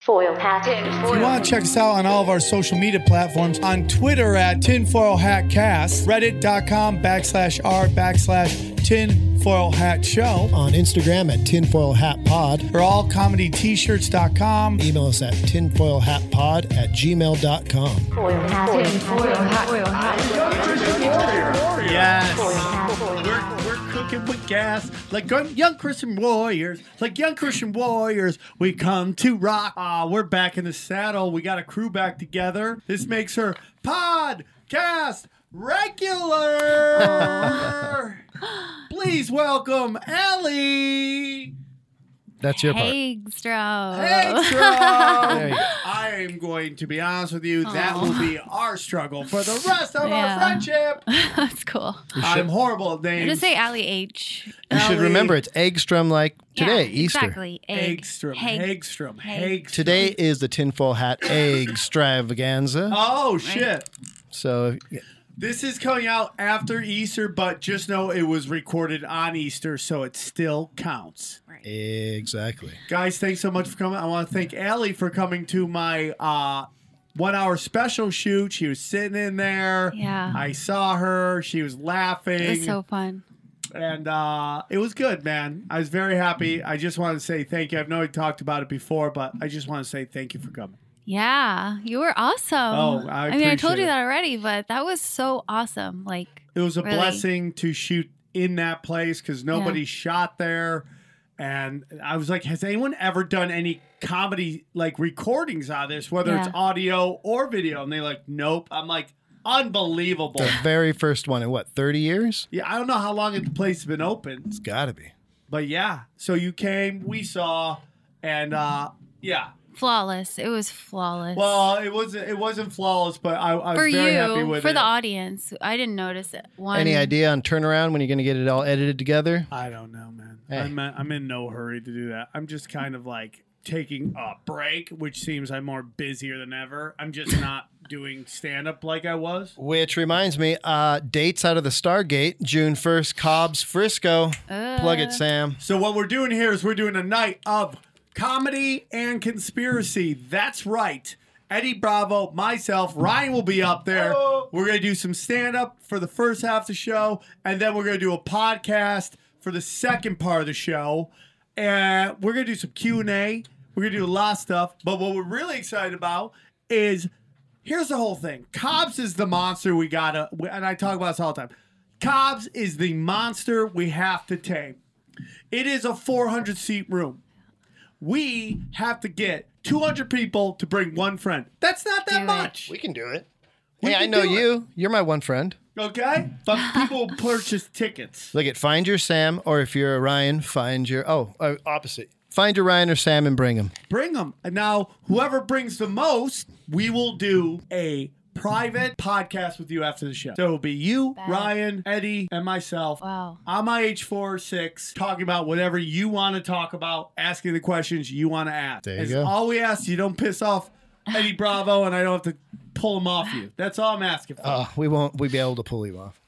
Foil pattern. If you want to check us out on all of our social media platforms, on Twitter at tinfoilhatcast, reddit.com backslash r backslash tinfoilhatshow, on Instagram at Tinfoil Hat Pod. or allcomedyt-shirts.com. Email us at tinfoilhatpod at gmail.com. Foil pattern. Yes. We're, we're cooking with gas like gun- young Christian warriors. Like young Christian warriors, we come to rock. Ah, we're back in the saddle. We got a crew back together. This makes her podcast regular. Please welcome Ellie. That's your part. Uh. Hagstrom. Intro. There you go. I am going to be honest with you. That will be our struggle for the rest of our Yeah. friendship. That's cool. I'm horrible at I names. just say Allie H. You should Ellie. remember it's Eggstrom like today, Yeah, Easter. Exactly. Egg. Hagstrom. Hag- Hagstrom. Hag- Hagstrom. Today is the tinfoil hat extravaganza. Oh shit! So This is coming out after Easter, but just know it was recorded on Easter, so it still counts. exactly. Guys, thanks so much for coming. I want to thank Allie for coming to my uh, one-hour special shoot. She was sitting in there. Yeah. I saw her. She was laughing. It was so fun. and uh, it was good, man. I was very happy. I just want to say thank you. I've know we talked about it before, but I just want to say thank you for coming. Yeah, you were awesome. Oh, I mean, I told appreciate you it. that already, but that was so awesome. Like, It was a Really? blessing to shoot in that place because nobody shot there. And I was like, has anyone ever done any comedy like recordings on this, whether it's Yeah. audio or video? And they're like, nope. I'm like, unbelievable. The very first one in what, 30 years? yeah, I don't know how long the place has been open, It's got to be. but yeah. So you came, we saw, and uh, yeah. flawless. It was flawless. Well, it wasn't it wasn't flawless, but I, I was for very happy you, with for it. the audience, I didn't notice it. One, Any idea on turnaround when you're going to get it all edited together? I don't know, man. Hey. I'm uh, I'm in no hurry to do that. I'm just kind of like taking a break, which seems I'm more busier than ever. I'm just not doing stand up like I was. Which reminds me, uh, dates out of the Stargate, June 1st, Cobb's Frisco. Plug Uh. it, Sam. So what we're doing here is we're doing a night of comedy and conspiracy. That's right. Eddie Bravo, myself, Ryan will be up there. We're gonna do some stand up for the first half of the show, and then we're gonna do a podcast for the second part of the show. And we're gonna do some Q and A. We're gonna do a lot of stuff. But what we're really excited about is here's the whole thing. Cobbs is the monster we gotta, and I talk about this all the time. Cobbs is the monster we have to tame. It is a 400 seat room. We have to get 200 people to bring one friend. That's not that Do it. much. We can do it. We hey, I can know do it. you. You're my one friend. Okay? But people purchase tickets. Look at find your Sam, or if you're a Ryan, find your oh uh, opposite. Find your Ryan or Sam and bring them. Bring them. And now, whoever brings the most, we will do a private podcast with you after the show. So it'll be you, Bad. Ryan, Eddie, and myself. Wow. On my H46, talking about whatever you want to talk about, asking the questions you want to ask. There you It's go. All we ask is you don't piss off Eddie Bravo and I don't have to pull him off you. That's all I'm asking for. Oh, we won't. We be able to pull you off.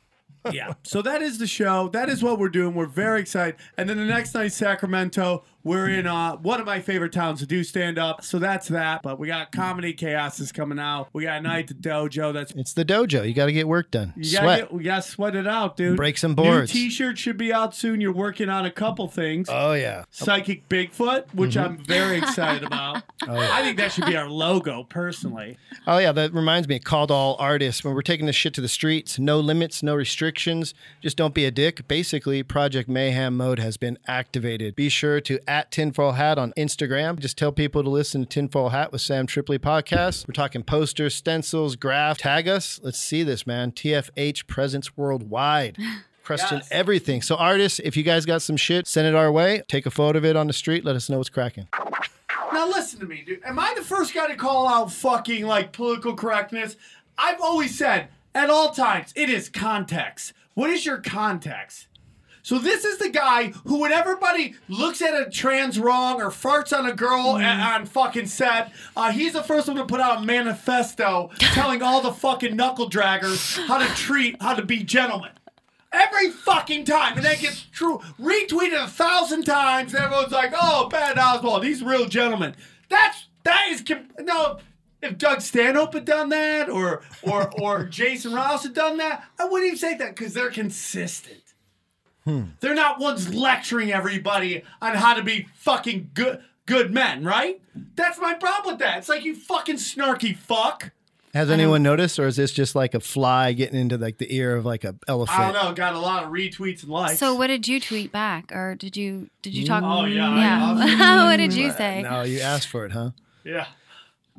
yeah. So that is the show. That is what we're doing. We're very excited. And then the next night, Sacramento, we're in uh, one of my favorite towns to do stand up. So that's that. But we got Comedy Chaos is coming out. We got a Night at the Dojo. That's. It's the dojo. You got to get work done. You gotta, Sweat. get, we gotta sweat it out, dude. Break some boards. New t-shirt should be out soon. You're working on a couple things. oh yeah. Psychic Bigfoot, which mm-hmm. I'm very excited about. I think that should be our logo, personally. Oh yeah. That reminds me. Called all artists. When we're taking this shit to the streets, no limits, no restrictions. Just don't be a dick. Basically, Project Mayhem mode has been activated. Be sure to at Tinfoil Hat on Instagram. Just tell people to listen to Tinfoil Hat with Sam Tripley podcast. We're talking posters, stencils, graph. Tag us. Let's see this, man. TFH presence worldwide. Question Yes. everything. So artists, if you guys got some shit, send it our way. Take a photo of it on the street. Let us know what's cracking. Now listen to me, dude. Am I the first guy to call out fucking like political correctness? I've always said at all times it is context. What is your context? So this is the guy who, when everybody looks at a trans wrong or farts on a girl a- on fucking set, uh, he's the first one to put out a manifesto telling all the fucking knuckle draggers how to treat, how to be gentlemen. Every fucking time, and that gets true retweeted a thousand times. And everyone's like, "Oh, Patton Oswald, he's a real gentleman." That's That is com- no. If Doug Stanhope had done that, or or or Jason Ross had done that, I wouldn't even say that because they're consistent. They're not ones lecturing everybody on how to be fucking good good men, right? That's my problem with that. It's like you fucking snarky fuck. Has anyone noticed, or is this just like a fly getting into like the ear of like a elephant? I don't know. Got a lot of retweets and likes. So what did you tweet back, or did you did you talk? Oh, yeah, I- what did you say? No, you asked for it, huh? Yeah,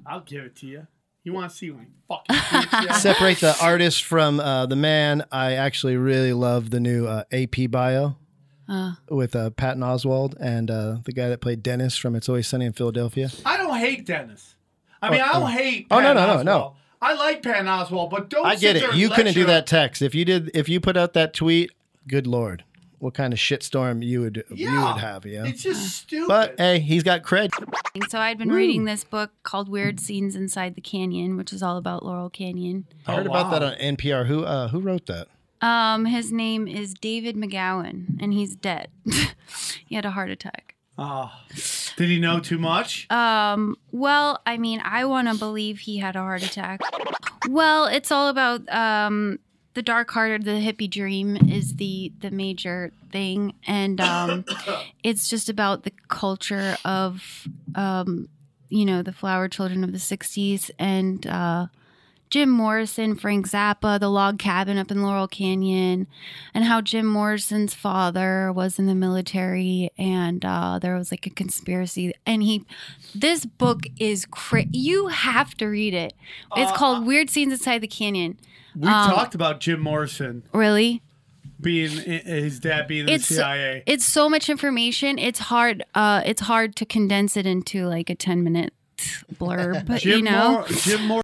I'll give it to you. You want to see my fucking tweets? yeah? Separate the artist from uh, the man. I actually really love the new uh, AP bio with uh, Patton Oswald and uh, the guy that played Dennis from It's Always Sunny in Philadelphia. I don't hate Dennis. I mean, I don't hate. Oh, no, Patton no, no, no. Oswalt. I like Patton Oswald, but don't. I sit get there it. and You couldn't do lecture- that text. If you did, if you put out that tweet, good lord, what kind of shitstorm you would you would have? Yeah. It's just stupid. But eh. hey, he's got cred. So I'd been reading this book called Weird Scenes Inside the Canyon, which is all about Laurel Canyon. I Oh, heard about that on NPR. Who uh, who wrote that? Um, his name is David McGowan, and he's dead. he had a heart attack. Ah. Did he know too much? Um, well, I mean, I want to believe he had a heart attack. Well, it's all about um, the dark heart or the hippie dream is the the major thing, and um, it's just about the culture of um, you know the flower children of the '60s and uh, Jim Morrison, Frank Zappa, the log cabin up in Laurel Canyon, and how Jim Morrison's father was in the military, and uh, there was like a conspiracy. And he, this book is cra- you have to read it. It's called Weird Scenes Inside the Canyon. we um, talked about Jim Morrison Really, being eh, his dad being in the it's eh, CIA. it's so much information. It's hard. Uh, it's hard to condense it into like a ten minute blurb. But Jim you know, Mor- Jim Mor-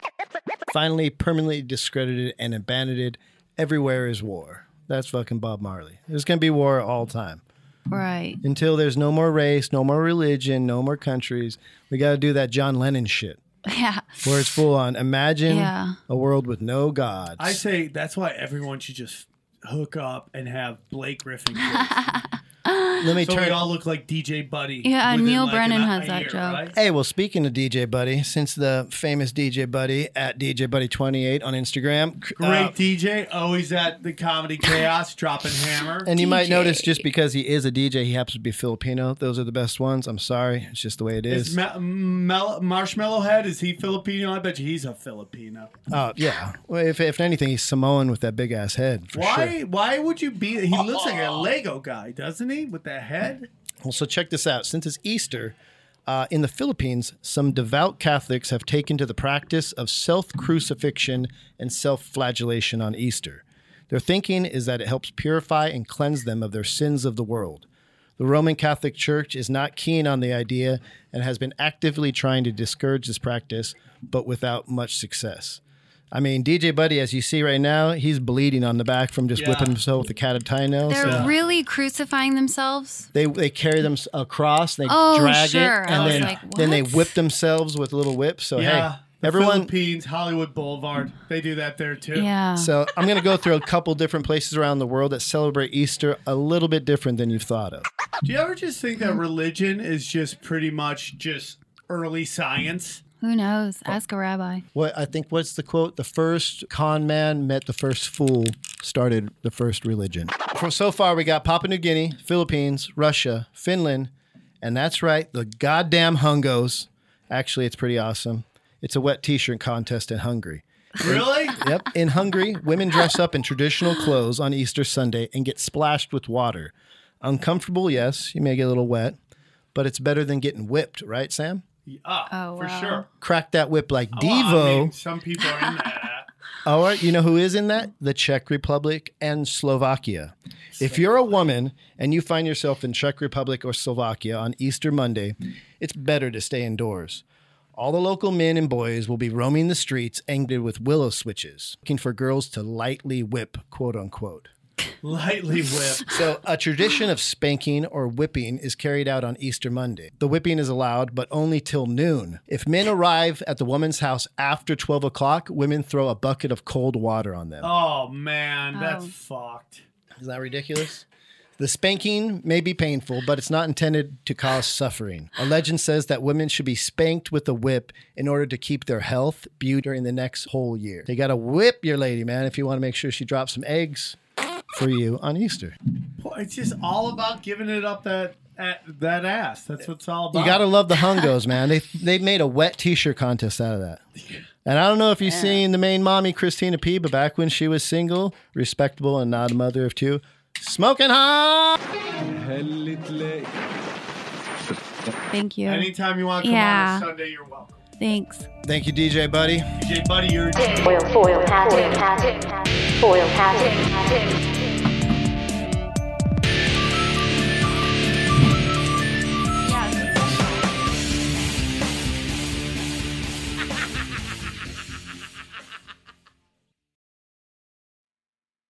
Finally, permanently discredited and abandoned. Everywhere is war. That's fucking Bob Marley. There's gonna be war all time right? until there's no more race, no more religion, no more countries. We got to do that John Lennon shit Yeah. where it's full on. Imagine Yeah. a world with no gods. I say that's why everyone should just hook up and have Blake Griffin. kids. Let me so turn we all look like DJ Buddy. Yeah, and within, Neil an- Brennan a has that joke. Hey, well, speaking of DJ Buddy, since the famous DJ Buddy at DJ Buddy28 on Instagram, c- Great uh, DJ, always at the comedy chaos, dropping hammer. and you might DJ. notice just because he is a DJ, he happens to be Filipino. Those are the best ones. I'm sorry, it's just the way it Is is. Ma- Mel- Marshmallow Head is he Filipino? I bet you he's a Filipino. Uh, yeah. Well, if, if anything, he's Samoan with that big ass head. For why? Sure. Why would you be? He looks like a Lego guy, doesn't he? With that head. Well, so check this out. Since it's Easter. Uh, in the Philippines, some devout Catholics have taken to the practice of self crucifixion and self flagellation on Easter. Their thinking is that it helps purify and cleanse them of their sins of the world. The Roman Catholic Church is not keen on the idea and has been actively trying to discourage this practice, but without much success. I mean, DJ Buddy, as you see right now, he's bleeding on the back from just Yeah. whipping himself with a cat of tie nails. They're really crucifying themselves. They they carry them s- across, they Oh, drag sure. it, I and was then like, then they what? whip themselves with little whips. So Yeah. hey, The everyone. Philippines, Hollywood Boulevard. They do that there too. Yeah. So I'm gonna go through a couple different places around the world that celebrate Easter a little bit different than you've thought of. Do you ever just think Mm-hmm. that religion is just pretty much just early science? Who knows? Ask a rabbi. What I think what's the quote? The first con man met the first fool, started the first religion. For so far, we got Papua New Guinea, Philippines, Russia, Finland, and that's right, the goddamn Hungos. Actually, it's pretty awesome. It's a wet T-shirt contest in Hungary. Really? Yep. In Hungary, women dress up in traditional clothes on Easter Sunday and get splashed with water. Uncomfortable, yes, you may get a little wet, but it's better than getting whipped, right, Sam? Oh, Oh, for wow. sure. Crack that whip like Devo. Well, Oh, I mean, some people are in that. All right, you know who is in that? The Czech Republic and Slovakia. If you're a woman and you find yourself in Czech Republic or Slovakia on Easter Monday, it's better to stay indoors. All the local men and boys will be roaming the streets angry with willow switches, looking for girls to lightly whip, quote unquote. Lightly whipped. So, a tradition of spanking or whipping is carried out on Easter Monday. The whipping is allowed, but only till noon. If men arrive at the woman's house after 12 o'clock, women throw a bucket of cold water on them. Oh man, that's Oh. fucked. Is that ridiculous? The spanking may be painful, but it's not intended to cause suffering. A legend says that women should be spanked with a whip in order to keep their health, beauty during the next whole year. They got to whip your lady, man, if you want to make sure she drops some eggs for you on Easter. Boy, It's just all about giving it up that at, that ass. That's what it's all about. You got to love the Hungos, man. They they made a wet t-shirt contest out of that. And I don't know if you've seen the main mommy Christina P, but back when she was single, respectable and not a mother of two, smoking hot. Thank you. Anytime you want to come Yeah. on a Sunday, you're welcome. Thanks. Thank you, DJ buddy. DJ Buddy, you're. Foil, foil hat, foil hat, foil hat, foil hat.